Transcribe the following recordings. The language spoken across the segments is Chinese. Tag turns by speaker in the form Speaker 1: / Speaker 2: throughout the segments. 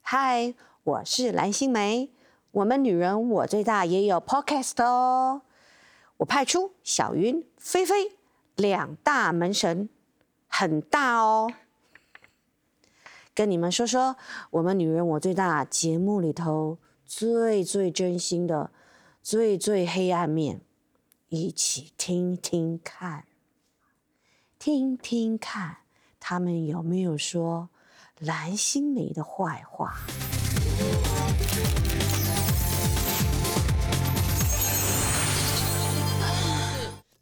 Speaker 1: 嗨，我是蓝心湄，我们女人我最大也有 Podcast 哦。我派出小云、菲菲两大门神，很大哦。跟你们说说，我们女人我最大节目里头最最真心的、最最黑暗面，一起听听看，听听看他们有没有说蓝心湄的坏话。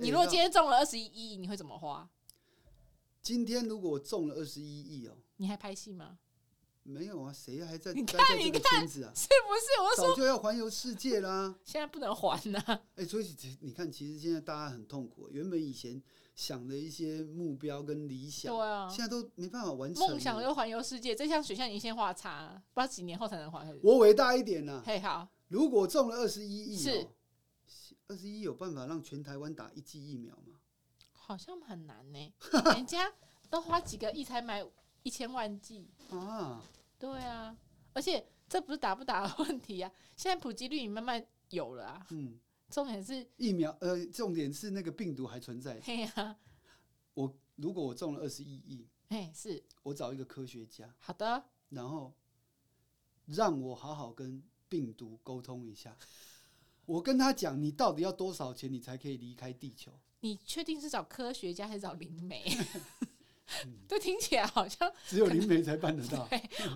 Speaker 2: 你如果今天中了二十一亿，你会怎么花？
Speaker 3: 今天如果我中了二十一亿哦，
Speaker 2: 你还拍戏吗？
Speaker 3: 没有啊，谁还在
Speaker 2: 你
Speaker 3: 待
Speaker 2: 看
Speaker 3: 在这
Speaker 2: 你
Speaker 3: 个
Speaker 2: 看
Speaker 3: 圈子啊？
Speaker 2: 是不是？我就
Speaker 3: 早
Speaker 2: 说
Speaker 3: 就要环游世界啦！
Speaker 2: 现在不能还呐、
Speaker 3: 哎、所以其你看，其实现在大家很痛苦。啊原本以前想的一些目标跟理想，
Speaker 2: 对啊
Speaker 3: 现在都没办法完成了。啊
Speaker 2: 梦想就环游世界，这项选项已经先画叉，不知道几年后才能还。是不是
Speaker 3: 我伟大一点呐、
Speaker 2: 嘿，好，
Speaker 3: 如果中了二十一亿
Speaker 2: 是
Speaker 3: 哦，二十一有办法让全台湾打一剂疫苗吗？
Speaker 2: 好像很难呢、人家都花几个亿才买一千万剂，
Speaker 3: 啊，
Speaker 2: 对啊，而且这不是打不打的问题啊， 现在普及率已经慢慢有了啊，
Speaker 3: 嗯，
Speaker 2: 重点是
Speaker 3: 疫苗呃，重点是那个病毒还存在。
Speaker 2: 嘿呀、啊，
Speaker 3: 我如果我中了二十一亿，
Speaker 2: 嘿是
Speaker 3: 我找一个科学家，
Speaker 2: 好的，
Speaker 3: 然后让我好好跟病毒沟通一下。我跟他讲，你到底要多少钱，你才可以离开地球？
Speaker 2: 你确定是找科学家还是找灵 媒？
Speaker 3: 嗯
Speaker 2: 这听起来好像
Speaker 3: 只有灵媒才办得到。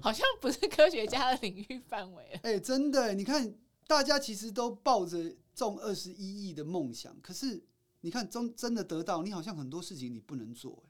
Speaker 2: 好像不是科学家的领域范围了。
Speaker 3: 哎、真的，你看，大家其实都抱着中二十一亿的梦想，可是你看，中真的得到，你好像很多事情你不能做、哎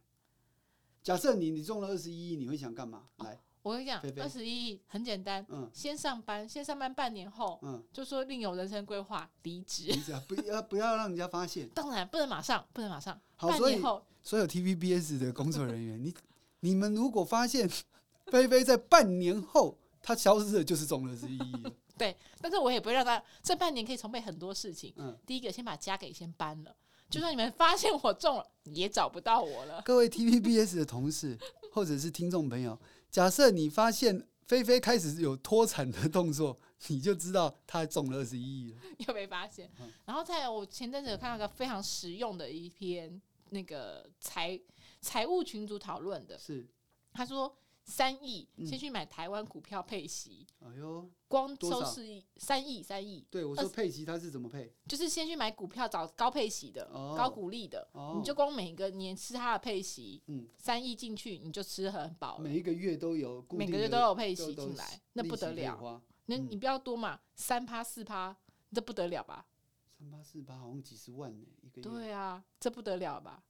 Speaker 3: 假设你你中了二十一亿，你会想干嘛？来，
Speaker 2: 我跟你讲
Speaker 3: 菲，菲
Speaker 2: 二十一亿很简单，
Speaker 3: 嗯
Speaker 2: 先上班，先上班半年后
Speaker 3: 嗯，
Speaker 2: 就说另有人生规划，离
Speaker 3: 你
Speaker 2: 职。
Speaker 3: 只要不要不要让人家发现。
Speaker 2: 当然不能马上，不能马上，
Speaker 3: 好
Speaker 2: 半
Speaker 3: 所以
Speaker 2: 年后
Speaker 3: 所有 TVBS 的工作人员，你 你们如果发现 菲菲在半年后她消失的，就是中了 十一亿了。
Speaker 2: 对，但是我也不会让他这半年可以筹备很多事情。
Speaker 3: 嗯，
Speaker 2: 第一个，先把家给先搬了，就算你们发现我中了，也找不到我了。
Speaker 3: 各位 TVBS 的同事或者是听众朋友，假设你发现菲菲开始有脱产的动作， 你就知道她中了二十一亿了。
Speaker 2: 又被发现
Speaker 3: 嗯。
Speaker 2: 然后再有，我前阵子有看到一个非常实用的一篇那个财财务群组讨论的，
Speaker 3: 是，
Speaker 2: 他说三亿
Speaker 3: 嗯
Speaker 2: 先去买台湾股票配息，
Speaker 3: 哎呦，
Speaker 2: 光
Speaker 3: 多
Speaker 2: 收
Speaker 3: 少
Speaker 2: 四亿三亿三亿，
Speaker 3: 对我
Speaker 2: 二
Speaker 3: 说
Speaker 2: 十
Speaker 3: 佩奇她是怎么配？
Speaker 2: 就是先去买股票找高配息的、
Speaker 3: 哦
Speaker 2: 高股利的，
Speaker 3: 哦
Speaker 2: 你就光每个年吃它的配息
Speaker 3: 嗯，
Speaker 2: 三亿进去，你就吃很饱了。
Speaker 3: 每一个月都有固
Speaker 2: 每
Speaker 3: 定的，
Speaker 2: 个月都有配
Speaker 3: 都
Speaker 2: 息
Speaker 3: 都
Speaker 2: 进来，那
Speaker 3: 利
Speaker 2: 不
Speaker 3: 息
Speaker 2: 得
Speaker 3: 可以
Speaker 2: 了。
Speaker 3: 花
Speaker 2: 那
Speaker 3: 嗯
Speaker 2: 你不要多嘛，三趴四趴，这不得了吧？
Speaker 3: 三八四八好像几十万呢、一个月。
Speaker 2: 对啊，这不得了吧？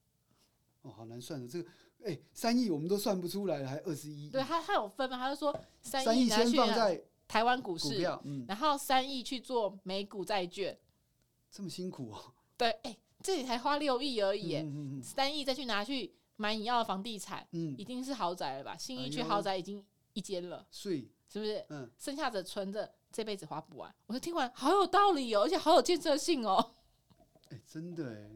Speaker 3: 哦，好难算的这个，哎、三亿我们都算不出来，还二十一亿。
Speaker 2: 对他，他有分嘛？他就说三
Speaker 3: 三
Speaker 2: 亿
Speaker 3: 亿
Speaker 2: 拿
Speaker 3: 先
Speaker 2: 去啊
Speaker 3: 放
Speaker 2: 了
Speaker 3: 在
Speaker 2: 台湾股
Speaker 3: 股
Speaker 2: 市，
Speaker 3: 票，嗯，
Speaker 2: 然后三亿去做美股债券。
Speaker 3: 这么辛苦哦。
Speaker 2: 对，哎、这里才花六亿而已，哎、
Speaker 3: 嗯嗯
Speaker 2: 三亿再去拿去买你要的房地产，
Speaker 3: 嗯
Speaker 2: 一
Speaker 3: 嗯，
Speaker 2: 定是豪宅了吧？新一区
Speaker 3: 哎呦
Speaker 2: 豪宅已经一间了，
Speaker 3: 所以
Speaker 2: 是不是？
Speaker 3: 嗯，
Speaker 2: 剩下的存着，这辈子花不完。我就听完好有道理哦，而且好有建设性哦。
Speaker 3: 哎、真的哎，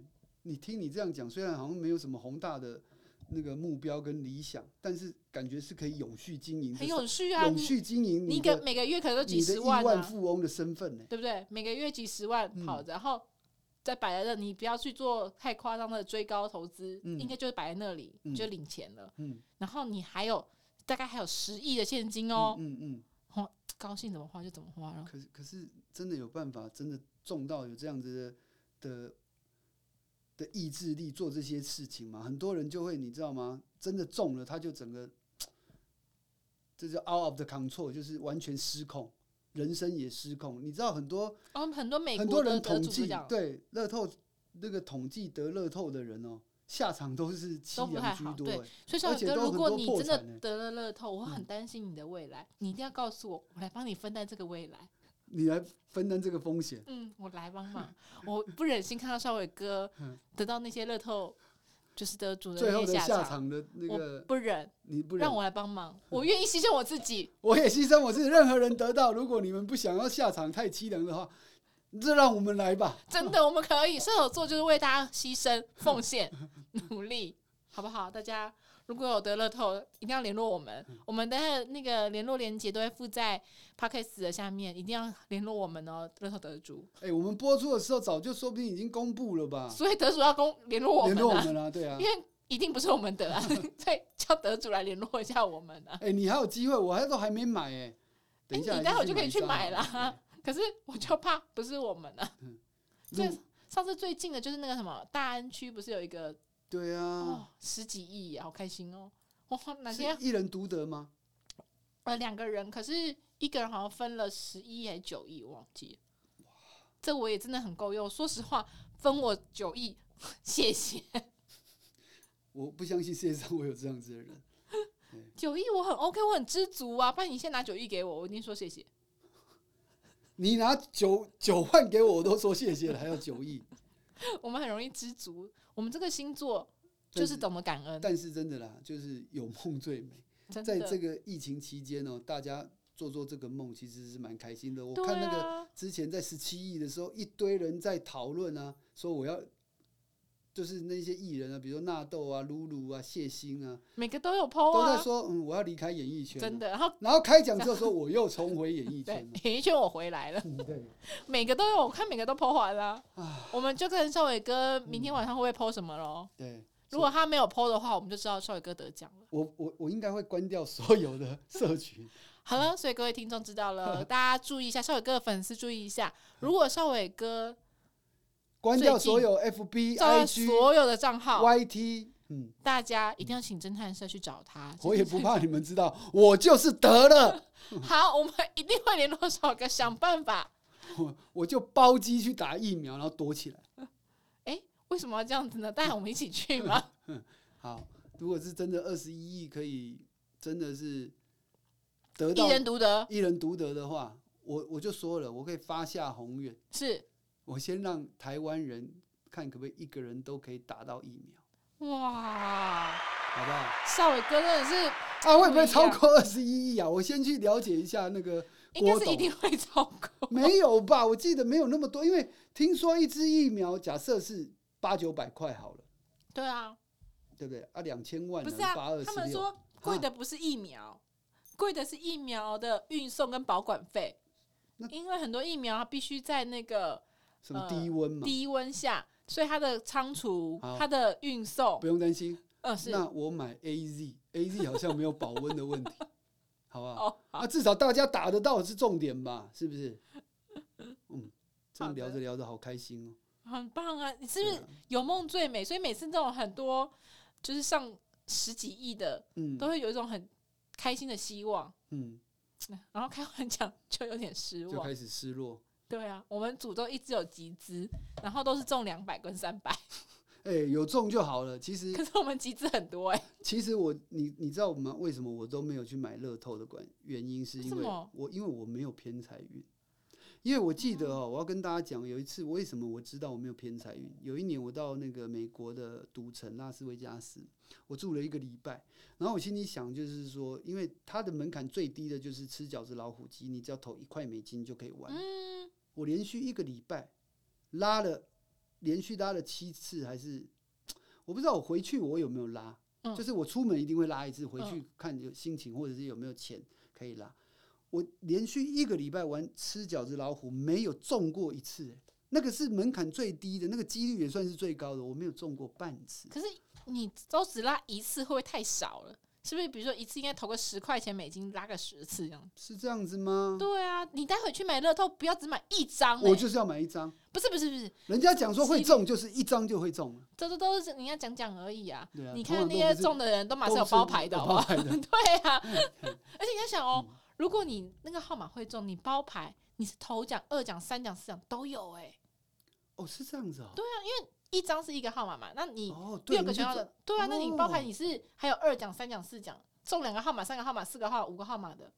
Speaker 3: 你听你这样讲，虽然好像没有什么宏大的那个目标跟理想，但是感觉是可以永续经营的，
Speaker 2: 很有趣啊！
Speaker 3: 永
Speaker 2: 你
Speaker 3: 续经营
Speaker 2: 你给
Speaker 3: 的
Speaker 2: 每个月可能都几
Speaker 3: 你的
Speaker 2: 十
Speaker 3: 亿
Speaker 2: 万
Speaker 3: 万
Speaker 2: 啊，
Speaker 3: 富翁的身份呢。
Speaker 2: 对不对？每个月几十万
Speaker 3: 嗯
Speaker 2: 跑着，然后再摆在那，你不要去做太夸张的追高投资，
Speaker 3: 嗯
Speaker 2: 应该就是摆在那里、
Speaker 3: 嗯
Speaker 2: 就领钱了。
Speaker 3: 嗯
Speaker 2: 然后你还有大概还有十亿的现金哦，
Speaker 3: 嗯嗯
Speaker 2: 高兴怎么花就怎么花
Speaker 3: 嗯，
Speaker 2: 了。
Speaker 3: 可是可是真的有办法，真的重到有这样子的的的意志力做这些事情吗？很多人就会你知道吗？真的中了，他就整个这就 out of the control，就是完全失控，人生也失控。你知道很多
Speaker 2: 哦，很多美
Speaker 3: 很
Speaker 2: 国
Speaker 3: 多
Speaker 2: 的
Speaker 3: 人
Speaker 2: 得
Speaker 3: 统
Speaker 2: 主就
Speaker 3: 计
Speaker 2: 这样，
Speaker 3: 对乐透那个统计得乐透的人哦，下场都是
Speaker 2: 都
Speaker 3: 凄
Speaker 2: 不太
Speaker 3: 凉居
Speaker 2: 好
Speaker 3: 多、
Speaker 2: 对
Speaker 3: 哎
Speaker 2: 所以小
Speaker 3: 而
Speaker 2: 宇
Speaker 3: 且
Speaker 2: 哥，
Speaker 3: 都
Speaker 2: 如
Speaker 3: 很
Speaker 2: 果
Speaker 3: 多
Speaker 2: 你
Speaker 3: 破
Speaker 2: 真的
Speaker 3: 产呢
Speaker 2: 得了乐透，我很
Speaker 3: 嗯
Speaker 2: 担心你的未来，你一定要告诉我，我来帮你分担这个未来。
Speaker 3: 你来分担这个风险。
Speaker 2: 嗯，我来帮 忙，我不忍心看到小伟哥
Speaker 3: 嗯
Speaker 2: 得到那些乐透，就是得主的
Speaker 3: 最
Speaker 2: 那
Speaker 3: 后
Speaker 2: 些
Speaker 3: 的
Speaker 2: 下
Speaker 3: 下，场的那
Speaker 2: 我
Speaker 3: 个，
Speaker 2: 不忍，
Speaker 3: 你不忍嗯
Speaker 2: 让我来帮忙，我愿意牺牲我自己。
Speaker 3: 我也牺牲我自己，任何人得到。如果你们不想要下场太凄凉的话，这让我们来吧。
Speaker 2: 真的，我们 可以。射手座就是为大家牺牲、奉献、努力，好不好？大家如果有得乐透，一定要联络我们，
Speaker 3: 嗯
Speaker 2: 我们的那个联络链接都会附在 p o c k e t 的下面，一定要联络我们哦，乐透得主。
Speaker 3: 哎、我们播出的时候早就说不定已经公布了吧？
Speaker 2: 所以得主要跟联络我
Speaker 3: 联
Speaker 2: 们
Speaker 3: 络我
Speaker 2: 啊，
Speaker 3: 们啊，对啊
Speaker 2: 因。为一定不是我们得啊，所以叫得主来联络一下我们啊。
Speaker 3: 哎、你还有机会，我还都还没买哎、等一下
Speaker 2: 哎你
Speaker 3: 还是买一张好了，
Speaker 2: 待会就可以去买啦
Speaker 3: 哎。
Speaker 2: 可是我就怕不是我们啊。
Speaker 3: 如
Speaker 2: 这上次最近的就是那个什么大安区，不是有一个
Speaker 3: 对啊
Speaker 2: 哦，十几亿耶，好开心哦！哇，哪啊
Speaker 3: 是
Speaker 2: 天
Speaker 3: 一人独得吗？
Speaker 2: 呃两个人，可是一个人好像分了十一还是九亿，我忘记了。这我也真的很够用。说实话，分我九亿， 谢谢
Speaker 3: 我不相信世界上会有这样子的人。
Speaker 2: 九亿，我很 OK，我很知足啊。不然你先拿九亿给我，我一定说谢谢。
Speaker 3: 你拿九九万给我，我都说谢谢了，还要九亿。
Speaker 2: 我们很容易知足，我们这个星座 就是懂得感恩，
Speaker 3: 但是真的啦，就是有梦最美。
Speaker 2: 真
Speaker 3: 在
Speaker 2: 的。
Speaker 3: 这个疫情期间哦，大家做做这个梦其实是蛮开心的。我
Speaker 2: 对
Speaker 3: 看那个
Speaker 2: 啊，
Speaker 3: 之前在十七亿的时候，一堆人在讨论啊，说我要就是那些艺人啊，比如说纳豆啊、露露啊、谢欣啊，
Speaker 2: 每个都有 PO
Speaker 3: 都
Speaker 2: 啊，
Speaker 3: 在说嗯，我要离开演艺圈、
Speaker 2: 真。的。然后
Speaker 3: 然后开讲之 后说我又重回演艺
Speaker 2: 对
Speaker 3: 圈
Speaker 2: 演艺圈我回 来了，
Speaker 3: 了，对，
Speaker 2: 每个都有，我看每个都 PO 完啦、
Speaker 3: 啊，
Speaker 2: 我们就跟邵伟哥明天晚上会不会 PO 什么咯？
Speaker 3: 对。
Speaker 2: 如果他没有 PO 的话，我们就知道邵伟哥得奖了。
Speaker 3: 我我我应该会关掉所有的社群，
Speaker 2: 好了，所以各位听众知道了，大家注意一下，邵伟哥的粉丝注意一下，如果邵伟哥
Speaker 3: 关掉所有 FB、
Speaker 2: 照了
Speaker 3: IG、
Speaker 2: 所有的账号，
Speaker 3: YT，嗯，
Speaker 2: 大家一定要请侦探社去找他。
Speaker 3: 我也不怕你们知道，我就是得了。
Speaker 2: 好，我们一定会联络邵伟哥，想办法。
Speaker 3: 我 我就包机去打疫苗，然后躲起来。
Speaker 2: 哎，为什么要这样子呢？带我们一起去 吗？
Speaker 3: 好，如果是真的二十一亿可以真的是得到
Speaker 2: 一人独得
Speaker 3: 一人独得的话，我我就说了，我可以发下宏愿，
Speaker 2: 是
Speaker 3: 我先让台湾人看可不可以一个人都可以打到疫苗，
Speaker 2: 哇，
Speaker 3: 好不好？
Speaker 2: 邵伟哥真的是
Speaker 3: 啊，会不会
Speaker 2: 不一
Speaker 3: 超
Speaker 2: 样
Speaker 3: 过二十一亿啊？我先去了解一下那个
Speaker 2: 应该
Speaker 3: 郭
Speaker 2: 是一
Speaker 3: 董。
Speaker 2: 定会超过。
Speaker 3: 没有吧？我记得没有那么多，因为听说一支疫苗假设是八九百块好了，
Speaker 2: 对啊，
Speaker 3: 对不对？啊，两千万
Speaker 2: 不
Speaker 3: 人
Speaker 2: 是啊
Speaker 3: 八二，
Speaker 2: 他
Speaker 3: 十
Speaker 2: 们
Speaker 3: 六，
Speaker 2: 说贵的不是疫苗，贵的是疫苗的运送跟保管费
Speaker 3: 那。
Speaker 2: 因为很多疫苗它必须在那个
Speaker 3: 什么
Speaker 2: 呃
Speaker 3: 低温嘛？
Speaker 2: 低温下，所以它的仓储
Speaker 3: 好、
Speaker 2: 它的运送
Speaker 3: 不，用担心。
Speaker 2: 嗯，是
Speaker 3: 那我买 A Z A Z 好像没有保温的问 题，好不好？
Speaker 2: 哦，好
Speaker 3: 啊，至少大家打得到是重点吧？是 不是？嗯，这
Speaker 2: 好的
Speaker 3: 样聊着聊着好开心哦。
Speaker 2: 很棒啊！你是不
Speaker 3: 对
Speaker 2: 是
Speaker 3: 啊
Speaker 2: 有梦最美？所以每次这种很多就是上十几亿的，
Speaker 3: 嗯
Speaker 2: 都会有一种很开心的希望，
Speaker 3: 嗯，
Speaker 2: 然后开完奖就有点失
Speaker 3: 就
Speaker 2: 望。
Speaker 3: 开始失落。
Speaker 2: 对啊，我们组都一直有集资，然后都是中两百跟三百，
Speaker 3: 哎，有中就好了。其实
Speaker 2: 可是我们集资很多哎、
Speaker 3: 其实我你你知道吗？为什么我都没有去买乐透的关原因是因
Speaker 2: 为
Speaker 3: 为
Speaker 2: 什么
Speaker 3: 我因为我没有偏财运。因为我记得哦，我要跟大家讲，有一次为什么我知道我没有偏财运。有一年我到那个美国的赌城拉斯维加斯，我住了一个礼拜，然后我心里想就是说，因为它的门槛最低的就是吃饺子老虎机，你只要投一块美金就可以玩。
Speaker 2: 嗯，
Speaker 3: 我连续一个礼拜拉了，连续拉了七次，还是我不知道我回去我有没有拉，
Speaker 2: 嗯
Speaker 3: 就是我出门一定会拉一次，回
Speaker 2: 嗯
Speaker 3: 去看有心情或者是有没有钱可以拉。我连续一个礼拜玩吃饺子老虎，没有中过一次、欸那个是门槛最低的，那个几率也算是最高的，我没有中过半次。
Speaker 2: 可是你都只拉一次，会不会太少了？是不是？比如说一次应该投个十块钱美金，拉个十次这样？
Speaker 3: 是这样子吗？
Speaker 2: 对啊，你待会去买乐透，不要只买一张、欸，
Speaker 3: 嗯我就是要买一张，
Speaker 2: 不是不是不是，
Speaker 3: 人家讲说会
Speaker 2: 几率
Speaker 3: 中，就是一张就会中了。
Speaker 2: 这都都是人家讲讲而已啊。
Speaker 3: 对啊
Speaker 2: 你
Speaker 3: 通
Speaker 2: 看
Speaker 3: 常
Speaker 2: 那
Speaker 3: 都
Speaker 2: 些
Speaker 3: 不是
Speaker 2: 中的人都马上有
Speaker 3: 都是
Speaker 2: 包牌的，
Speaker 3: 有
Speaker 2: 好不好？
Speaker 3: 包牌的 嗯
Speaker 2: 对 啊，而且你要想哦，如果你那个号码会中，你包牌，你是头奖、二奖、三奖、四奖都有哎、
Speaker 3: 哦，是这样子哦。
Speaker 2: 对啊，因为一张是一个号码嘛，那你
Speaker 3: 哦，对，
Speaker 2: 六个
Speaker 3: 你哦
Speaker 2: 选
Speaker 3: 就
Speaker 2: 到的，对啊，那你包牌你是还有二奖、三奖、四奖，中两个号码、三个号码、四个号码、五个号码的，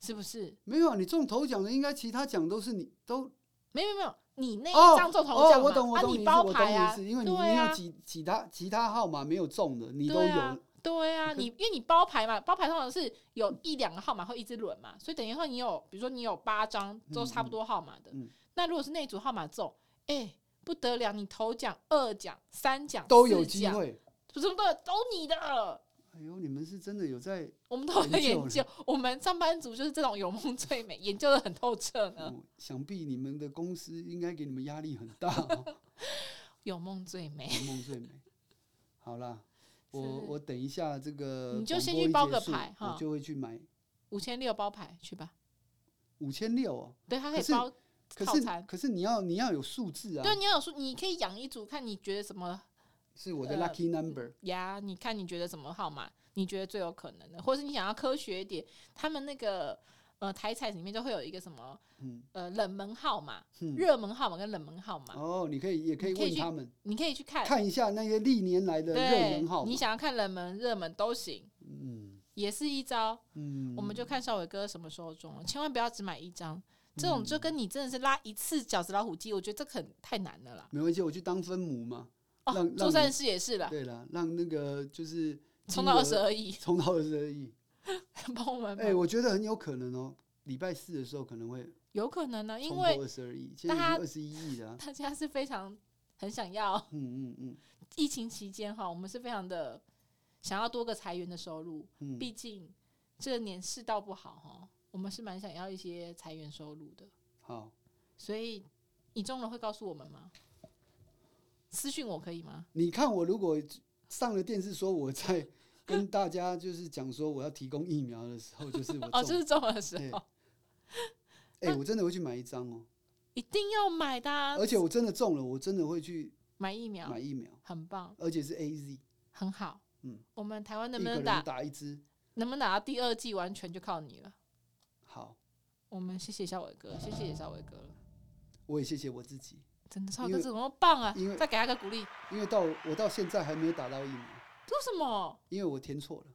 Speaker 2: 是不是？
Speaker 3: 没有啊，你中头奖的应该其他奖都是你都
Speaker 2: 没有没有没有，你那
Speaker 3: 哦
Speaker 2: 一张中头
Speaker 3: 哦，
Speaker 2: 奖嘛，
Speaker 3: 我懂我
Speaker 2: 啊
Speaker 3: 懂
Speaker 2: 你
Speaker 3: 意思
Speaker 2: 包
Speaker 3: 我懂
Speaker 2: 牌啊，
Speaker 3: 你意思因为你
Speaker 2: 对
Speaker 3: 你
Speaker 2: 啊
Speaker 3: 有几其他其他号码没有中的，你都
Speaker 2: 对啊
Speaker 3: 有，
Speaker 2: 对 啊，
Speaker 3: 可
Speaker 2: 你因为你包牌嘛，包牌通常是有一两个号码会一直轮嘛，所以等于说你有，比如说你有八张都差不多号码的，
Speaker 3: 嗯嗯
Speaker 2: 那如果是那组号码中，哎、不得了，你头奖、二奖、三奖
Speaker 3: 都有
Speaker 2: 四
Speaker 3: 机
Speaker 2: 奖
Speaker 3: 会。
Speaker 2: 是什么的都你的。
Speaker 3: 哎呦，你们是真的有在
Speaker 2: 我们都很
Speaker 3: 研究
Speaker 2: 研
Speaker 3: 了
Speaker 2: 究，我们上班族就是这种有梦最美，研究的很透彻呢。
Speaker 3: 哦想必你们的公司应该给你们压力很 大、哦，
Speaker 2: 有梦最美，
Speaker 3: 圆梦最美。好啦，我
Speaker 2: 是
Speaker 3: 我等一下这个
Speaker 2: 你就
Speaker 3: 广
Speaker 2: 先
Speaker 3: 播
Speaker 2: 去
Speaker 3: 一
Speaker 2: 包
Speaker 3: 结
Speaker 2: 个
Speaker 3: 束
Speaker 2: 牌哈
Speaker 3: 我就会去买
Speaker 2: 五千六包牌去吧。
Speaker 3: 五千六哦。
Speaker 2: 对，它可
Speaker 3: 可
Speaker 2: 以
Speaker 3: 是
Speaker 2: 包
Speaker 3: 可
Speaker 2: 套
Speaker 3: 是
Speaker 2: 餐
Speaker 3: 可是你要你要有数字啊
Speaker 2: 对，，你要有说，你可以养一组，看你觉得什么
Speaker 3: 是我的
Speaker 2: 呃
Speaker 3: lucky number。
Speaker 2: 呀？你看你觉得什么号码，你觉得最有可能的，或者是你想要科学一点，他们那个呃台彩里面就会有一个什么
Speaker 3: 嗯
Speaker 2: 呃冷门号码、
Speaker 3: 嗯，
Speaker 2: 热门号码跟冷门号码，
Speaker 3: 哦，你可以也可以
Speaker 2: 嗯你可以
Speaker 3: 问
Speaker 2: 去
Speaker 3: 他们
Speaker 2: 你可以去看。
Speaker 3: 看一下那些历年来的热
Speaker 2: 对
Speaker 3: 门号，码
Speaker 2: 你。想要看冷门、热门都行，
Speaker 3: 嗯
Speaker 2: 也是一招。
Speaker 3: 嗯，
Speaker 2: 我们就看少伟哥什么时候中了，千万不要只买一张。这种就跟你真的是拉一次饺子老虎机，我觉得这很太难了啦。
Speaker 3: 没关系，我去当分母嘛。让
Speaker 2: 哦
Speaker 3: 让，
Speaker 2: 做
Speaker 3: 你
Speaker 2: 善事也是啦，
Speaker 3: 对了，让那个就是
Speaker 2: 冲到二十
Speaker 3: 金额，
Speaker 2: 而已，
Speaker 3: 冲到二十而已。
Speaker 2: 帮我们
Speaker 3: 哎、我觉得很有可能哦，礼拜四的时候可能会
Speaker 2: 有可能呢，因
Speaker 3: 冲
Speaker 2: 为
Speaker 3: 破二十二亿，现在
Speaker 2: 大
Speaker 3: 已经
Speaker 2: 家
Speaker 3: 二十一亿了啊、
Speaker 2: 大家是非常很想要，
Speaker 3: 嗯嗯嗯
Speaker 2: 疫情期间哈，我们是非常的想要多个裁员的收入，
Speaker 3: 嗯，
Speaker 2: 毕竟这个年世道不好哈，我们是蛮想要一些裁员收入的，
Speaker 3: 好，
Speaker 2: 所以你中了会告诉我们吗？私讯我可以吗？
Speaker 3: 你看我如果上了电视说我在跟大家就是讲说我要提供疫苗的时候，就是我
Speaker 2: 哦，
Speaker 3: 中
Speaker 2: 就是中了的时
Speaker 3: 对
Speaker 2: 候，
Speaker 3: 哎、我真的会去买一张哦，
Speaker 2: 一定要买的、啊，
Speaker 3: 而且我真的中了，我真的会去
Speaker 2: 买疫苗
Speaker 3: 买疫苗，
Speaker 2: 很棒，
Speaker 3: 而且是 A Z，
Speaker 2: 很好。
Speaker 3: 嗯，
Speaker 2: 我们台湾能
Speaker 3: 一
Speaker 2: 不
Speaker 3: 个
Speaker 2: 能
Speaker 3: 人
Speaker 2: 打，
Speaker 3: 打一支。
Speaker 2: 能不能打到第二季，完全就靠你了。
Speaker 3: 好，
Speaker 2: 我们谢谢小伟哥，谢谢小伟哥了。
Speaker 3: 我也谢谢我自己，
Speaker 2: 真的，超
Speaker 3: 因
Speaker 2: 哥
Speaker 3: 为
Speaker 2: 怎么棒啊
Speaker 3: 因为！
Speaker 2: 再给他个鼓励。为
Speaker 3: 因为到我到现在还没有打到疫苗，
Speaker 2: 什 么？
Speaker 3: 因为我填错了。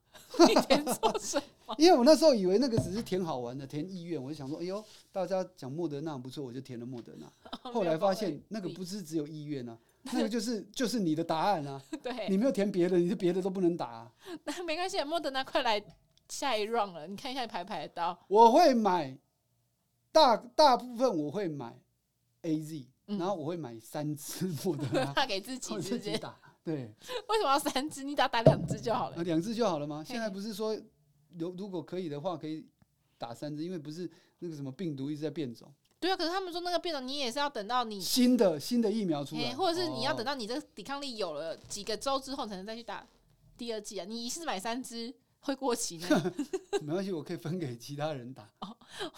Speaker 2: 你填错什么？
Speaker 3: 因为我那时候以为那个只是填好玩的，填意愿，我就想说，哎呦，大家讲莫德纳不错，我就填了莫德纳。 后来发现那个不是只有意愿啊，那个就是就是你的答案啊，
Speaker 2: 对，
Speaker 3: 你没有填别的，你是别的都不能打、啊。
Speaker 2: 那没关系，莫德纳快来下一 round 了，你看一下你排不排得到。
Speaker 3: 我会买，大大部分我会买 A Z，、
Speaker 2: 嗯
Speaker 3: 然后我会买三支莫德 纳，
Speaker 2: 怕给自己
Speaker 3: 啊 我
Speaker 2: 是
Speaker 3: 自
Speaker 2: 不是
Speaker 3: 己？打。对，
Speaker 2: 为什么要三支？你打打两支就好
Speaker 3: 那
Speaker 2: 了。
Speaker 3: 啊两支就好了吗？现在不是说如如果可以的话，可以打三支，因为不是那个什么病毒一直在变种，
Speaker 2: 对啊，可是他们说那个变种，你也是要等到你，
Speaker 3: 新的新的疫苗出
Speaker 2: 哎，
Speaker 3: 来，
Speaker 2: 嗯或者是你要
Speaker 3: 哦
Speaker 2: 等到你这个抵抗力有了几个周之后，才能再去打第二季啊。你一次买三支会过期呢，
Speaker 3: 没关系，我可以分给其他人打。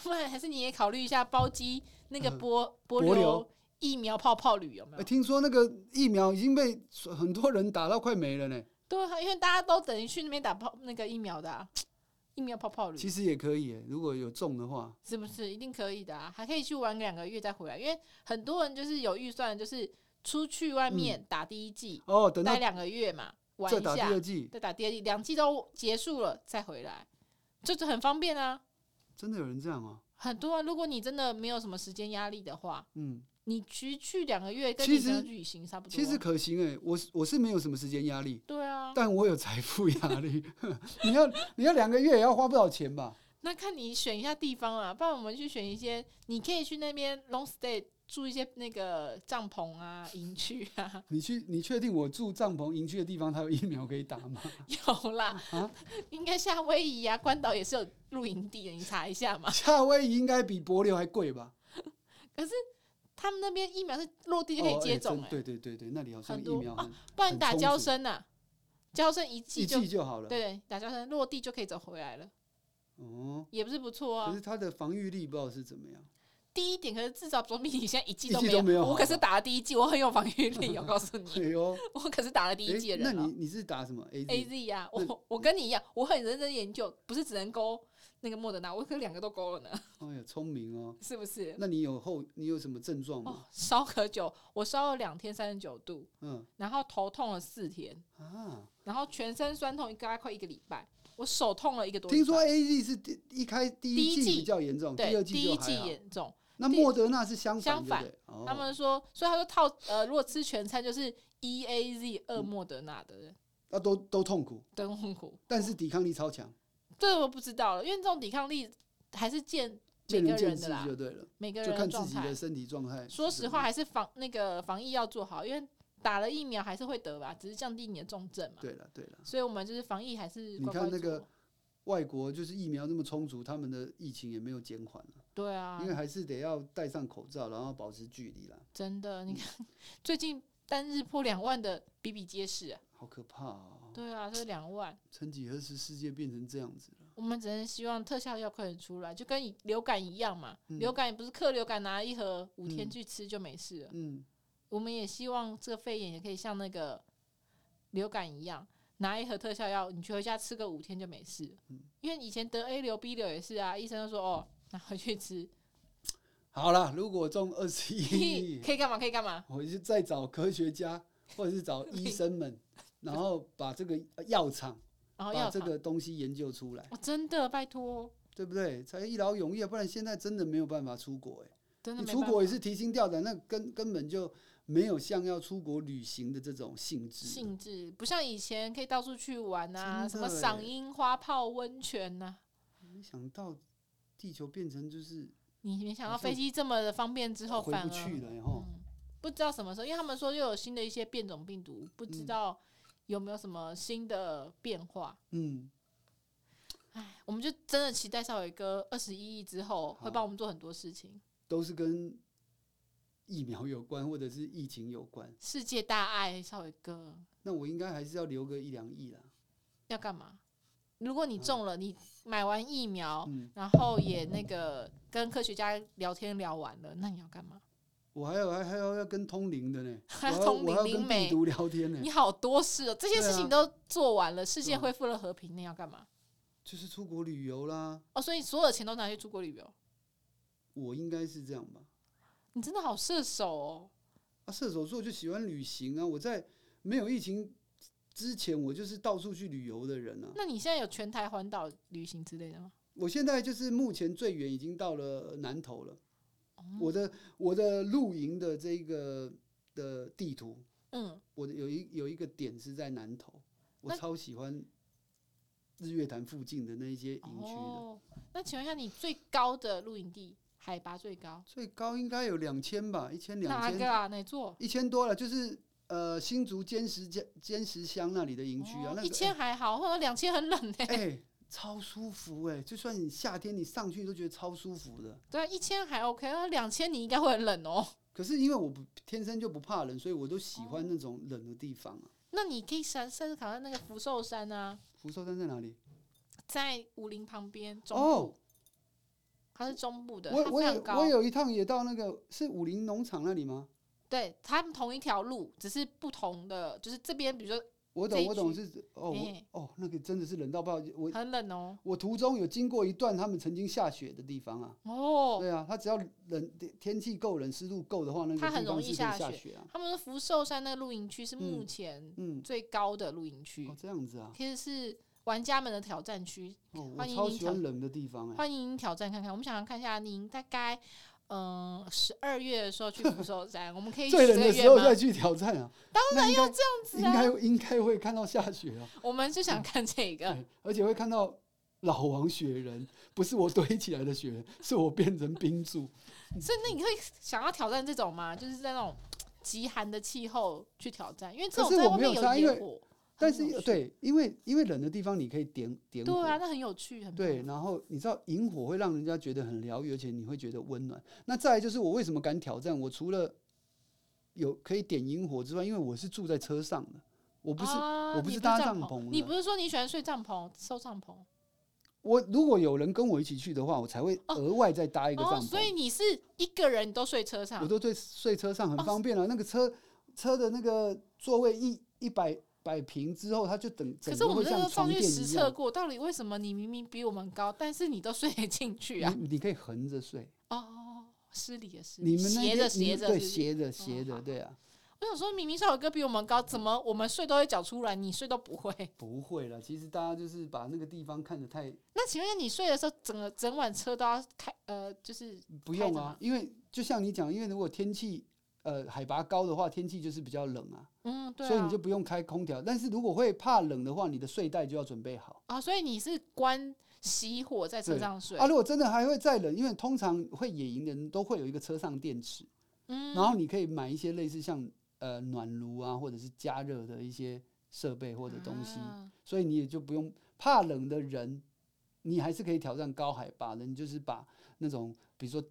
Speaker 2: 不然还是你也考虑一下包机那个
Speaker 3: 嗯
Speaker 2: 波波
Speaker 3: 波
Speaker 2: 流
Speaker 3: 流
Speaker 2: 疫苗泡泡旅有没
Speaker 3: 哎
Speaker 2: 有？
Speaker 3: 听说那个疫苗已经被很多人打到快没了呢，
Speaker 2: 对啊，因为大家都等于去那边打泡那个疫苗的、啊，疫苗泡泡旅
Speaker 3: 其实也可以耶，如果有中的话，
Speaker 2: 是不是一定可以的啊？还可以去玩两个月再回来，因为很多人就是有预算，就是出去外面打第一季，
Speaker 3: 哦，嗯等到
Speaker 2: 待两个月嘛，玩
Speaker 3: 再
Speaker 2: 一
Speaker 3: 打第
Speaker 2: 下，
Speaker 3: 二季，
Speaker 2: 再打第二季，两季都结束了再回来，这就很方便啊。
Speaker 3: 真的有人这样啊？
Speaker 2: 很多、啊，如果你真的没有什么时间压力的话，
Speaker 3: 嗯，
Speaker 2: 你其实去两个月跟
Speaker 3: 其
Speaker 2: 你真的
Speaker 3: 实
Speaker 2: 旅行差不多啊、
Speaker 3: 其实可行哎，我是我是没有什么时间压力，
Speaker 2: 对啊，
Speaker 3: 但我有财富压力。 你要你要两个月也要花不少钱吧？
Speaker 2: 那看你选一下地方啊，不然我们去选一些，你可以去那边 long stay 住一些那个帐篷 啊、营区啊，
Speaker 3: 你去你确定我住帐篷营区的地方，它有疫苗可以打吗？
Speaker 2: 有啦，
Speaker 3: 啊
Speaker 2: 应该夏威夷啊、关岛也是有露营地的，你查一下嘛。
Speaker 3: 夏威夷应该比帛琉还贵吧？
Speaker 2: 他们那边疫苗是落地就可以
Speaker 3: 哦哎
Speaker 2: 接种
Speaker 3: 真
Speaker 2: 哎、
Speaker 3: 对对对对，那里好像
Speaker 2: 很
Speaker 3: 疫
Speaker 2: 多
Speaker 3: 苗很
Speaker 2: 不然你
Speaker 3: 很
Speaker 2: 打
Speaker 3: 充
Speaker 2: 胶
Speaker 3: 足
Speaker 2: 生啊，胶生一
Speaker 3: 一
Speaker 2: 剂就
Speaker 3: 剂就好了。
Speaker 2: 对对，打胶生落地就可以走回来了，
Speaker 3: 哦，
Speaker 2: 也不是不错
Speaker 3: 可
Speaker 2: 啊
Speaker 3: 是。它的防御力不知道是怎么样。
Speaker 2: 第一点，可是至少总比你现在一
Speaker 3: 一
Speaker 2: 剂都
Speaker 3: 剂
Speaker 2: 没
Speaker 3: 都
Speaker 2: 有。
Speaker 3: 没有
Speaker 2: 我
Speaker 3: 好
Speaker 2: 可是
Speaker 3: 吧
Speaker 2: 打了第一剂，我很有防御 力，我告诉
Speaker 3: 哎
Speaker 2: 你，
Speaker 3: 呦，
Speaker 2: 我可是打了第一
Speaker 3: 诶
Speaker 2: 剂的
Speaker 3: 那
Speaker 2: 人、哦。
Speaker 3: 你你是打什么 A
Speaker 2: A
Speaker 3: Z？
Speaker 2: Z 啊，
Speaker 3: 那
Speaker 2: 我我跟你一样，我很认真研究，不是只能勾那个莫德纳，我可两个都勾了呢，
Speaker 3: 哎呀，聪明哦。
Speaker 2: 是不是？
Speaker 3: 那你有后你有什么症状
Speaker 2: 哦
Speaker 3: 吗？，
Speaker 2: 烧可久，我烧了两天三十九度，
Speaker 3: 嗯
Speaker 2: 然后头痛了四天，
Speaker 3: 啊，
Speaker 2: 然后全身酸痛，大概快一个礼拜，我手痛了一个多礼拜。
Speaker 3: 听说 A Z 是第一开第
Speaker 2: 第一
Speaker 3: 一季
Speaker 2: 季
Speaker 3: 比较严重，第
Speaker 2: 对
Speaker 3: 二
Speaker 2: 第
Speaker 3: 就
Speaker 2: 一
Speaker 3: 还
Speaker 2: 季
Speaker 3: 好。
Speaker 2: 严重，
Speaker 3: 那
Speaker 2: 第
Speaker 3: 莫德纳是相
Speaker 2: 相
Speaker 3: 反，
Speaker 2: 反
Speaker 3: 对不对？
Speaker 2: 他
Speaker 3: 哦
Speaker 2: 们说，所以他说套呃，如果吃全餐就是 E A Z 二莫德纳的人，
Speaker 3: 那都都痛苦，
Speaker 2: 真痛苦。
Speaker 3: 但是抵抗力超强，
Speaker 2: 这我不知道了，因为这种抵抗力还是见每
Speaker 3: 见
Speaker 2: 个
Speaker 3: 仁见
Speaker 2: 人的
Speaker 3: 智
Speaker 2: 啦，
Speaker 3: 就对了，
Speaker 2: 每个
Speaker 3: 就
Speaker 2: 人
Speaker 3: 看
Speaker 2: 的
Speaker 3: 自
Speaker 2: 状
Speaker 3: 己嗯
Speaker 2: 态
Speaker 3: 的。身体状态。
Speaker 2: 说实话，，还是防那个防疫要做好，因为打了疫苗还是会得吧，只是降低你的重症嘛。
Speaker 3: 对了，对了，
Speaker 2: 所以我们就是防疫还是
Speaker 3: 你
Speaker 2: 乖乖
Speaker 3: 看那个
Speaker 2: 做
Speaker 3: 外国就是疫苗那么充足，他们的疫情也没有减缓啊
Speaker 2: 对啊
Speaker 3: 因，为还是得要戴上口罩，然后保持距离啦，
Speaker 2: 真的，你看 最近单日破两万的比比皆是、啊，
Speaker 3: 好可怕哦！
Speaker 2: 对啊，这两万，
Speaker 3: 曾几何时，世界变成这样子了，
Speaker 2: 我们只能希望特效药快点出来，就跟流感一样嘛，
Speaker 3: 嗯
Speaker 2: 流感也不是克流感拿一盒五天
Speaker 3: 嗯
Speaker 2: 去吃就没事了，
Speaker 3: 嗯，
Speaker 2: 我们也希望这个肺炎也可以像那个流感一样，拿一盒特效药，你去回家吃个五天就没事了。
Speaker 3: 嗯
Speaker 2: 因为以前得 A 流、B 流也是啊，医生就说哦，拿回去 吃，
Speaker 3: 好啦，如果中二 十一亿，
Speaker 2: 可以干嘛？可以干嘛？
Speaker 3: 我就再找科学家或者是找医生 们，然后把这个药厂
Speaker 2: 然后
Speaker 3: 把
Speaker 2: 哦药
Speaker 3: 这
Speaker 2: 厂，
Speaker 3: 个东西研究出来，
Speaker 2: 哦、真的拜托，
Speaker 3: 对不对？才一劳永逸，啊不然现在真的没有办法出国哎、
Speaker 2: 真的
Speaker 3: 你
Speaker 2: 没
Speaker 3: 出
Speaker 2: 办
Speaker 3: 国也
Speaker 2: 法
Speaker 3: 是提心吊胆，那根根本就没有像要出国旅行的这种性质。
Speaker 2: 性质，不像以前可以到处去玩啊，
Speaker 3: 真
Speaker 2: 什么
Speaker 3: 的
Speaker 2: 赏
Speaker 3: 欸
Speaker 2: 樱花、泡温泉啊呐、
Speaker 3: 没想到地球变成就是
Speaker 2: 你没想
Speaker 3: 好
Speaker 2: 到飞
Speaker 3: 像
Speaker 2: 机这么的方便之后，
Speaker 3: 回
Speaker 2: 反
Speaker 3: 不
Speaker 2: 而
Speaker 3: 去了，然后
Speaker 2: 嗯，不知道什么时候，因为他们说又有新的一些变种病毒，不知
Speaker 3: 嗯
Speaker 2: 道有没有什么新的变化。
Speaker 3: 嗯，
Speaker 2: 唉，我们就真的期待少伟哥二十一亿之后会
Speaker 3: 好
Speaker 2: 帮我们做很多事情，
Speaker 3: 都是跟疫苗有关或者是疫情有关。
Speaker 2: 世界大爱，少伟哥
Speaker 3: 那我应该还是要留个一两亿啦。
Speaker 2: 要干嘛？如果你中了，你买完疫苗，
Speaker 3: 嗯，
Speaker 2: 然后也那个跟科学家聊天聊完了，那你要干嘛？
Speaker 3: 我还有还还要要跟通灵的呢，我
Speaker 2: 还
Speaker 3: 还
Speaker 2: 要
Speaker 3: 要
Speaker 2: 通
Speaker 3: 我还要
Speaker 2: 灵灵
Speaker 3: 跟病
Speaker 2: 媒
Speaker 3: 毒聊天呢
Speaker 2: 你，好多事哦，这些
Speaker 3: 对
Speaker 2: 事
Speaker 3: 啊
Speaker 2: 情都做完了，世界
Speaker 3: 嗯
Speaker 2: 恢复了和平，那要干嘛？
Speaker 3: 就是出国旅游啦。
Speaker 2: 哦，所以所有的钱都拿去出国旅游，
Speaker 3: 我应该是这样吧？
Speaker 2: 你真的好射手哦！
Speaker 3: 啊，射手座就喜欢旅行啊。我在没有疫情之前，我就是到处去旅游的人啊。
Speaker 2: 那你现在有全台环岛旅行之类的吗？
Speaker 3: 我现在就是目前最远已经到了南投了。
Speaker 2: 哦
Speaker 3: 我的我的露营的这个的地图，
Speaker 2: 嗯，
Speaker 3: 我的有一有一个点是在南投，我
Speaker 2: 那
Speaker 3: 超喜欢日月潭附近的那一些营区的，
Speaker 2: 哦，那请问一下，你最高的露营地海拔最高
Speaker 3: 最高应该有两千吧，一千两
Speaker 2: 哪个
Speaker 3: 千
Speaker 2: 啊？哪座？
Speaker 3: 一千多了，就是呃新竹尖石尖尖石乡那里的营区啊，那
Speaker 2: 哦一
Speaker 3: 个
Speaker 2: 千还好，或者两千很冷呢、
Speaker 3: 哎、哎超舒服哎、就算你夏天你上去都觉得超舒服的。
Speaker 2: 对啊，一千还 OK，那两千你应该会很冷哦。
Speaker 3: 可是因为我不天生就不怕冷，所以我都喜
Speaker 2: 哦
Speaker 3: 欢那种冷的地方啊。
Speaker 2: 那你可以山甚至考到那个福寿山啊，
Speaker 3: 福寿山在哪里？
Speaker 2: 在武陵旁边中部，
Speaker 3: 哦，
Speaker 2: 它是中部的，它
Speaker 3: 我我
Speaker 2: 非常
Speaker 3: 有
Speaker 2: 高
Speaker 3: 我。有一趟也到那个是武林农场那里吗？
Speaker 2: 对，他们同一条路，只是不同的，就是这边比如说
Speaker 3: 我
Speaker 2: 这
Speaker 3: 懂
Speaker 2: 一
Speaker 3: 我懂
Speaker 2: 区
Speaker 3: 是哦我
Speaker 2: 哎
Speaker 3: 哦那个真的是冷到爆！我
Speaker 2: 很冷哦，
Speaker 3: 我途中有经过一段他们曾经下雪的地方啊，
Speaker 2: 哦，
Speaker 3: 对啊，它只要冷天天气够冷湿度够的话，那个
Speaker 2: 它很
Speaker 3: 地方
Speaker 2: 容易
Speaker 3: 是可以
Speaker 2: 下
Speaker 3: 下
Speaker 2: 雪
Speaker 3: 雪啊。
Speaker 2: 他们说福寿山那个露营区是目
Speaker 3: 嗯
Speaker 2: 前
Speaker 3: 嗯，
Speaker 2: 最高的露营区，
Speaker 3: 哦这样子啊，
Speaker 2: 其实是玩家们的挑战区，
Speaker 3: 哦我
Speaker 2: 欢迎
Speaker 3: 超
Speaker 2: 您
Speaker 3: 喜
Speaker 2: 挑
Speaker 3: 欢冷的地方哎、
Speaker 2: 欢迎您挑战看看。我们想要看一下您大概嗯十二月的时候去福寿 山，我们可以
Speaker 3: 最
Speaker 2: 十
Speaker 3: 冷
Speaker 2: 个
Speaker 3: 的时
Speaker 2: 月
Speaker 3: 候
Speaker 2: 吗
Speaker 3: 再？去挑战啊，当然要这样
Speaker 2: 子
Speaker 3: 应
Speaker 2: 啊
Speaker 3: 该应该会看到下雪啊，
Speaker 2: 我们就想看这个，
Speaker 3: 对，而且会看到老王雪人，不是我堆起来的雪人，是我变成冰 柱。
Speaker 2: 所以那你会想要挑战这种吗？就是在那种极寒的气候去挑战，因为这种
Speaker 3: 可是
Speaker 2: 在
Speaker 3: 我
Speaker 2: 外
Speaker 3: 没
Speaker 2: 面
Speaker 3: 有参与
Speaker 2: 野火，
Speaker 3: 但
Speaker 2: 很有
Speaker 3: 是
Speaker 2: 趣
Speaker 3: 对，因为因为冷的地方你可以点点火，
Speaker 2: 对啊，那很有趣，很
Speaker 3: 对
Speaker 2: 漂亮
Speaker 3: 然后你知道引火会让人家觉得很疗愈，而且你会觉得温暖。那再来就是我为什么敢挑战？我除了有可以点引火之外，因为我是住在车上的，我不是、
Speaker 2: 啊
Speaker 3: 我不
Speaker 2: 你
Speaker 3: 是
Speaker 2: 不
Speaker 3: 搭
Speaker 2: 帐
Speaker 3: 帐篷
Speaker 2: 你
Speaker 3: 的
Speaker 2: 不是说你喜欢睡帐篷、收帐篷？
Speaker 3: 我如果有人跟我一起去的话，我才会
Speaker 2: 哦
Speaker 3: 额外再搭一个帐
Speaker 2: 哦，
Speaker 3: 篷。
Speaker 2: 所以你是一个人，你都睡车上
Speaker 3: 我，都对睡车上
Speaker 2: 哦
Speaker 3: 很方便了、那个车车的那个座位一一百摆平之后，它就等
Speaker 2: 可
Speaker 3: 整
Speaker 2: 是我
Speaker 3: 个
Speaker 2: 们
Speaker 3: 会
Speaker 2: 这个
Speaker 3: 像
Speaker 2: 上
Speaker 3: 床
Speaker 2: 去
Speaker 3: 垫
Speaker 2: 实
Speaker 3: 一
Speaker 2: 测
Speaker 3: 样。
Speaker 2: 过，到底为什么你明明比我们高，但是你都睡得进去啊？
Speaker 3: 你你可以横着睡，
Speaker 2: 哦哦，哦失礼也是
Speaker 3: 嗯你们那
Speaker 2: 斜
Speaker 3: 边
Speaker 2: 着
Speaker 3: 你
Speaker 2: 斜
Speaker 3: 们
Speaker 2: 着
Speaker 3: 对
Speaker 2: 是不是
Speaker 3: 斜着斜
Speaker 2: 好
Speaker 3: 着，对啊，
Speaker 2: 我想说，明明少伟哥比我们高，怎么我们睡都会脚出来，你睡都不会？
Speaker 3: 不会了。其实大家就是把那个地方看得太
Speaker 2: 那请问一下，你睡的时候，整个整晚车都要开呃，就是
Speaker 3: 不
Speaker 2: 开
Speaker 3: 用
Speaker 2: 着
Speaker 3: 啊
Speaker 2: 吗，
Speaker 3: 因为就像你讲，因为如果天气呃海拔高的话，天气就是比较冷啊，
Speaker 2: 嗯，对啊，
Speaker 3: 所以你就不用开空调。但是如果会怕冷的话，你的睡袋就要准备好。
Speaker 2: 啊，所以你是关熄火在车上睡
Speaker 3: 啊，，如果真的还会再冷，因为通常会野营的人都会有一个车上电池，
Speaker 2: 嗯，
Speaker 3: 然后你可以买一些类似像呃暖炉啊，或者是加热的一些设备或者东西，
Speaker 2: 啊
Speaker 3: 所以你也就不用怕冷的人，你还是可以挑战高海拔的。你就是把那种比如说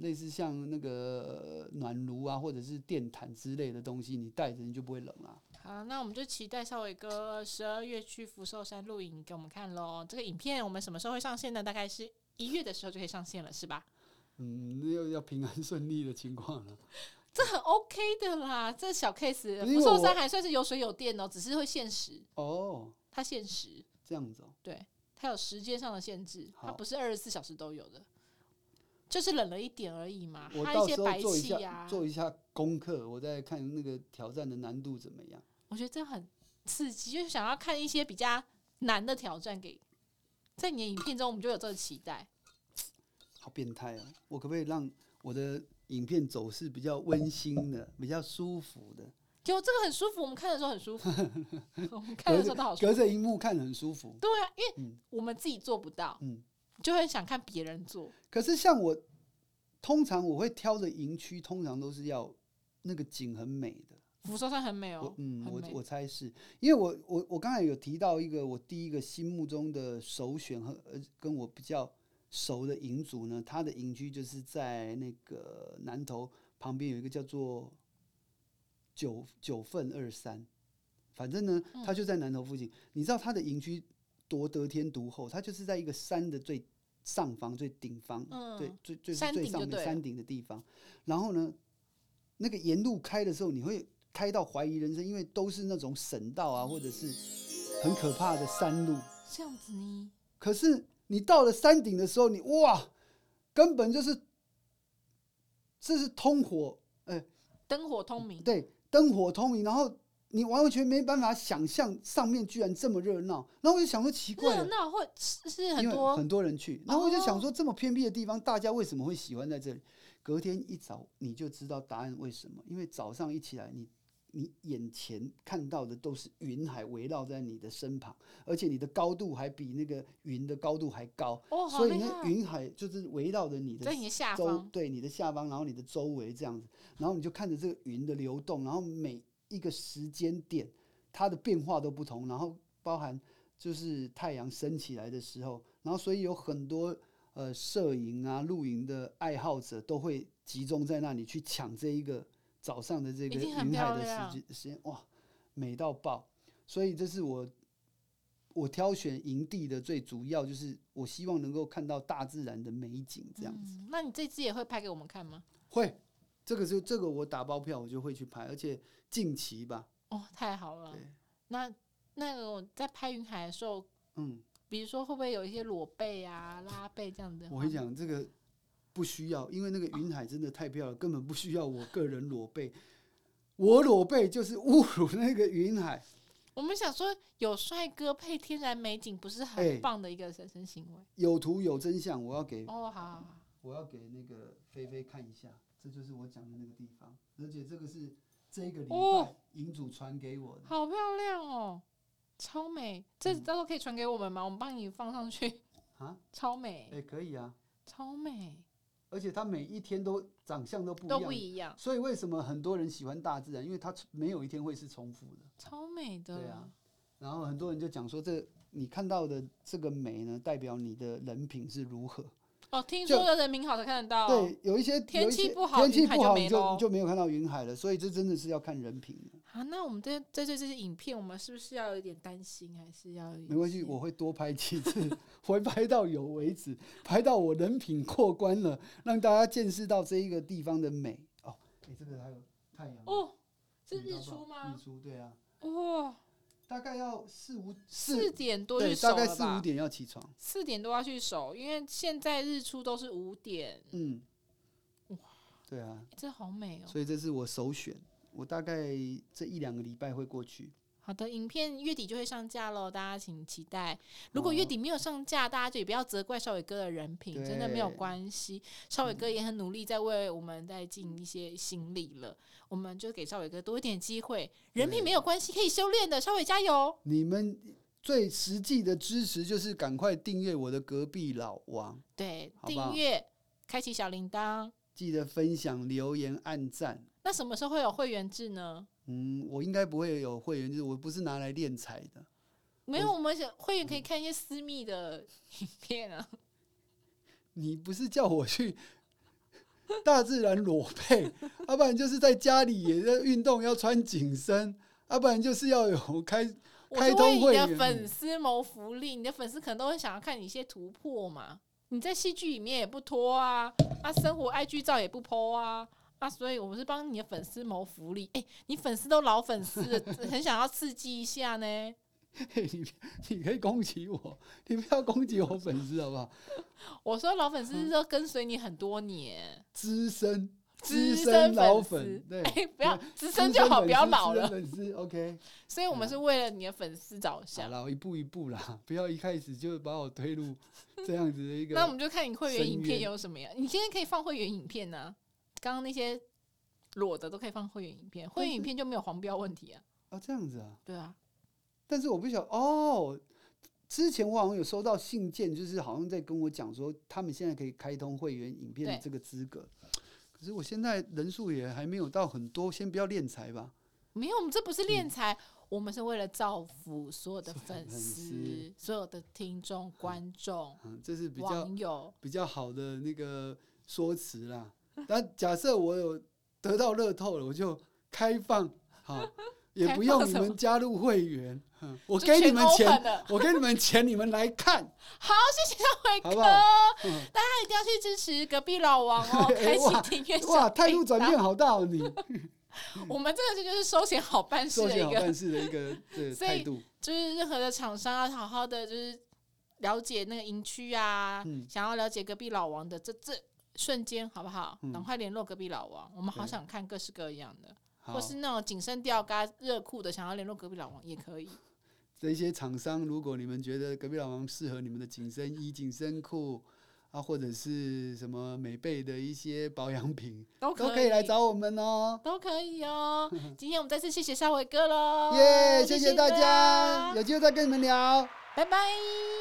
Speaker 3: 类似像那个呃暖炉啊，或者是电毯之类的东西，你带着你就不会冷啊啦、
Speaker 2: 好，那我们就期待少伟哥十二月去福寿山露营给我们看喽。这个影片我们什么时候会上线呢？大概是一月的时候就可以上线了，是吧？
Speaker 3: 嗯，那要要平安顺利的情况了。
Speaker 2: 这很 OK 的啦，这小 case，
Speaker 3: 因为
Speaker 2: 福寿
Speaker 3: 我
Speaker 2: 山还算是有水有电哦，只是会限时，
Speaker 3: 哦，
Speaker 2: 它限时，
Speaker 3: 这样子哦，
Speaker 2: 对，它有时间上的限制，它
Speaker 3: 好
Speaker 2: 不是二十四小时都有的，就是冷了一点而已嘛，
Speaker 3: 我
Speaker 2: 还有
Speaker 3: 到
Speaker 2: 一些
Speaker 3: 时
Speaker 2: 白
Speaker 3: 候做一
Speaker 2: 气啊
Speaker 3: 下、
Speaker 2: 呀、
Speaker 3: 做一下功课，我再看那个挑战的难度怎么样。
Speaker 2: 我觉得这很刺激，就是想要看一些比较难的挑战给。在你的影片中，我们就有这个期待。
Speaker 3: 好变态啊！我可不可以让我的影片走是比较温馨的、比较舒服的？
Speaker 2: 就这个很舒服，我们看的时候很舒 服，我们看的时候都好舒
Speaker 3: 隔
Speaker 2: 服。
Speaker 3: 着荧幕看很舒服。
Speaker 2: 对啊，因为
Speaker 3: 嗯
Speaker 2: 我们自己做不到，
Speaker 3: 嗯，
Speaker 2: 就会想看别人做。
Speaker 3: 可是像我，通常我会挑的营区，通常都是要那个景很美的。
Speaker 2: 福寿山很美
Speaker 3: 我
Speaker 2: 哦，
Speaker 3: 嗯，
Speaker 2: 很
Speaker 3: 我
Speaker 2: 美
Speaker 3: 我猜是因为我我我刚才有提到一个我第一个心目中的首选和呃跟我比较熟的营主呢，他的营区就是在那个南头旁边有一个叫做九九份二三，反正呢
Speaker 2: 嗯
Speaker 3: 他就在南头附近。你知道他的营区多得天独厚，他就是在一个山的最上方最顶方，对
Speaker 2: 嗯，
Speaker 3: 最最
Speaker 2: 山
Speaker 3: 是最
Speaker 2: 顶就
Speaker 3: 上
Speaker 2: 对
Speaker 3: 面山顶的地方。然后呢，那个沿路开的时候，你会开到怀疑人生，因为都是那种省道啊，或者是很可怕的山路。
Speaker 2: 这样子呢，
Speaker 3: 可是你到了山顶的时候，你哇，根本就是这是通火，呃，
Speaker 2: 灯火通明，
Speaker 3: 对，灯火通明，然后。你完全没办法想象上面居然这么热闹，然后我就想说奇怪
Speaker 2: 热
Speaker 3: 了，
Speaker 2: 闹会是是很
Speaker 3: 啊因为
Speaker 2: 多
Speaker 3: 很多人去，然后我就想
Speaker 2: 哦
Speaker 3: 说，这么偏僻的地方，大家为什么会喜欢在这里？隔天一早你就知道答案为什么，因为早上一起来，你你眼前看到的都是云海围绕在你的身旁，而且你的高度还比那个云的高度还高，
Speaker 2: 哦，好
Speaker 3: 所以
Speaker 2: 厉
Speaker 3: 那
Speaker 2: 害，
Speaker 3: 云海就是围绕着你的
Speaker 2: 在你的下
Speaker 3: 周
Speaker 2: 方，
Speaker 3: 对你的下方，然后你的周围这样子，然后你就看着这个云的流动，然后每一个时间点它的变化都不同，然后包含就是太阳升起来的时候，然后所以有很多呃摄影啊、露营的爱好者都会集中在那里去抢这一个早上的这
Speaker 2: 一
Speaker 3: 个
Speaker 2: 定很
Speaker 3: 云海
Speaker 2: 漂亮
Speaker 3: 的时间时间，哇，美到爆！所以这是我我挑选营地的最主要，就是我希望能够看到大自然的美景这样子。
Speaker 2: 嗯。那你这次也会拍给我们看吗？
Speaker 3: 会，这个就这个我打包票我就会去拍，而且近期吧，
Speaker 2: 哦，太好了
Speaker 3: 对。
Speaker 2: 那那个我在拍云海的时候，
Speaker 3: 嗯，
Speaker 2: 比如说会不会有一些裸背啊、拉背这样的？
Speaker 3: 我跟你，讲这个不需要，因为那个云海真的太漂亮，根本不需要我个人裸背，我裸背就是侮辱那个云海。
Speaker 2: 我们想说有帅哥配天然美景，不是很
Speaker 3: 哎嗯
Speaker 2: 棒的一个人生行为？
Speaker 3: 有图有真相，我要给
Speaker 2: 哦，好好好，
Speaker 3: 我要给那个菲菲看一下，这就是我讲的那个地方，而且这个是这个礼
Speaker 2: 哦
Speaker 3: 拜营主传给我的。
Speaker 2: 好漂亮哦，超美！这
Speaker 3: 嗯
Speaker 2: 到时候可以传给我们吗？我们帮你放上去，
Speaker 3: 啊，
Speaker 2: 超
Speaker 3: 哎、
Speaker 2: 美，
Speaker 3: 可以啊，
Speaker 2: 超美，
Speaker 3: 而且它每一天都长相都不一
Speaker 2: 都
Speaker 3: 样，
Speaker 2: 不一样，
Speaker 3: 所以为什么很多人喜欢大自然？因为它没有一天会是重复的。
Speaker 2: 超美的。
Speaker 3: 对啊，然后很多人就讲说这，你看到的这个美呢，代表你的人品是如何。
Speaker 2: 哦，听
Speaker 3: 就
Speaker 2: 说的人民好才看得到哦、
Speaker 3: 对，有一些
Speaker 2: 天
Speaker 3: 有一些
Speaker 2: 气不好
Speaker 3: 天气
Speaker 2: 云海
Speaker 3: 不
Speaker 2: 就
Speaker 3: 好
Speaker 2: 没
Speaker 3: 你
Speaker 2: 咯
Speaker 3: 就你就没有看到云海了，所以这真的是要看人品的。
Speaker 2: 啊，那我们在在这这些影片，我们是不是要有点担心，还是要有一
Speaker 3: 没关系，
Speaker 2: 些
Speaker 3: 我会多拍几次， 我会拍到有为止，拍到我人品过关了，让大家见识到这一个地方的美。哦，哎、这个还有太阳
Speaker 2: 哦，是
Speaker 3: 你知道
Speaker 2: 日
Speaker 3: 不
Speaker 2: 出吗
Speaker 3: 日？出，对啊，
Speaker 2: 哇，
Speaker 3: 大概要四五
Speaker 2: 四
Speaker 3: 四
Speaker 2: 点多去
Speaker 3: 对，
Speaker 2: 守
Speaker 3: 大
Speaker 2: 了吧？
Speaker 3: 概四五点要起床。
Speaker 2: 四点多要去守，因为现在日出都是五点，
Speaker 3: 嗯，
Speaker 2: 哇
Speaker 3: 对啊，
Speaker 2: 这好美哦。
Speaker 3: 所以这是我首选。我大概这一两个礼拜会过去。
Speaker 2: 好的，影片月底就会上架喽，大家请期待。如果月底没有上架，大家就也不要责怪少伟哥的人品，真的没有
Speaker 3: 对
Speaker 2: 关系。少伟哥也很努力在为我们在尽一些心力了，我们就给少伟哥多一点机会。人品
Speaker 3: 对
Speaker 2: 没有关系，可以修炼的，少伟加油！
Speaker 3: 你们最实际的支持就是赶快订阅我的隔壁老王，
Speaker 2: 对，
Speaker 3: 好不好
Speaker 2: 订阅，开启小铃铛，
Speaker 3: 记得分享、留言、按赞。
Speaker 2: 那什么时候会有会员制呢？
Speaker 3: 嗯，我应该不会有会员，就是我不是拿来练财的。
Speaker 2: 没有，我们想会员可以看一些私密的影片啊。
Speaker 3: 你不是叫我去 大自然裸背，要、不然就是在家里也在运动，要穿紧身，要、不然就是要有开
Speaker 2: 我
Speaker 3: 开
Speaker 2: 是
Speaker 3: 通
Speaker 2: 为你
Speaker 3: 会
Speaker 2: 的
Speaker 3: 员
Speaker 2: 粉丝谋福利，你的粉丝可能都很想要看你一些突破嘛。你在戏剧里面也不脱啊，啊，生活 IG 照也不 PO 啊，啊，所以我是帮你的粉丝谋福利。哎、你粉丝都老粉丝了，很想要刺激一下呢。
Speaker 3: 嘿你你可以攻击我，你不要攻击我粉丝好不好？
Speaker 2: 我说老粉丝都跟随你很多年，
Speaker 3: 资深
Speaker 2: 资
Speaker 3: 深老
Speaker 2: 粉
Speaker 3: 粉，
Speaker 2: 丝，
Speaker 3: 对，
Speaker 2: 哎、不要
Speaker 3: 对
Speaker 2: 资
Speaker 3: 资
Speaker 2: 深就好，
Speaker 3: 粉
Speaker 2: 不要
Speaker 3: 丝
Speaker 2: 老
Speaker 3: 资
Speaker 2: 了。
Speaker 3: 深粉丝 OK，
Speaker 2: 所以我们是为了你的粉丝着
Speaker 3: 好
Speaker 2: 想。
Speaker 3: 了，一步一步啦，不要一开始就把我推 入这样子的一个。
Speaker 2: 那我们就看你会员
Speaker 3: 深
Speaker 2: 影片
Speaker 3: 渊
Speaker 2: 有什么样。你今天可以放会员影片呢、刚刚那些裸的都可以放会员影片，会员影片就没有黄标问题啊。
Speaker 3: 啊这样子啊，
Speaker 2: 对啊，
Speaker 3: 但是我不晓哦，之前我好像有收到信件，就是好像在跟我讲说，他们现在可以开通会员影片的
Speaker 2: 对
Speaker 3: 这个资格。可是我现在人数也还没有到很多，先不要练财吧。
Speaker 2: 没有，我们这不是敛财，我们是为了造福所有的
Speaker 3: 嗯所有
Speaker 2: 粉
Speaker 3: 粉
Speaker 2: 丝
Speaker 3: 丝、
Speaker 2: 所有的听众、观众、
Speaker 3: 嗯，这是比较
Speaker 2: 网友。
Speaker 3: 比较好的那个说辞啦。但假设我有得到乐透了，我就开放，好，也不用你
Speaker 2: 开放什
Speaker 3: 们加入会员，嗯我
Speaker 2: 就
Speaker 3: 给你
Speaker 2: 全
Speaker 3: 们
Speaker 2: open
Speaker 3: 钱，
Speaker 2: 了
Speaker 3: 我给你们钱，你们来 看，
Speaker 2: 好，谢谢大伟
Speaker 3: 好不
Speaker 2: 哥，
Speaker 3: 好
Speaker 2: 大
Speaker 3: 嗯
Speaker 2: 家一定要去支持隔壁老王
Speaker 3: ，
Speaker 2: 哦开
Speaker 3: 哎哇
Speaker 2: 启订阅小
Speaker 3: 哇，态度
Speaker 2: 铃
Speaker 3: 转
Speaker 2: 铛
Speaker 3: 变。好大 哦，你。
Speaker 2: 我们这个就是收钱好办事
Speaker 3: 做
Speaker 2: 的一
Speaker 3: 些
Speaker 2: 个
Speaker 3: 好办事的 一个的
Speaker 2: 所以
Speaker 3: 态度，
Speaker 2: 就是任何的厂商要好好的就是了解那个营区啊，
Speaker 3: 嗯
Speaker 2: 想要了解隔壁老王的这这瞬间好不好？
Speaker 3: 嗯
Speaker 2: 赶快联络隔壁老王，我们好
Speaker 3: 对
Speaker 2: 想看各式各样的，
Speaker 3: 好
Speaker 2: 或，是那种紧身吊嘎热裤的，想要联络隔壁老王也可以。
Speaker 3: 这些厂商，如果你们觉得隔壁老王适合你们的紧身衣、紧身裤啊，或者是什么美贝的一些保养品，
Speaker 2: 都
Speaker 3: 都
Speaker 2: 可
Speaker 3: 可
Speaker 2: 以
Speaker 3: 以来，找我们哦。
Speaker 2: 都可以哦。今天我们再次哦 谢谢沙伟哥喽，
Speaker 3: 耶，谢谢大家，
Speaker 2: 家
Speaker 3: 有机会再跟你们聊。
Speaker 2: 拜拜。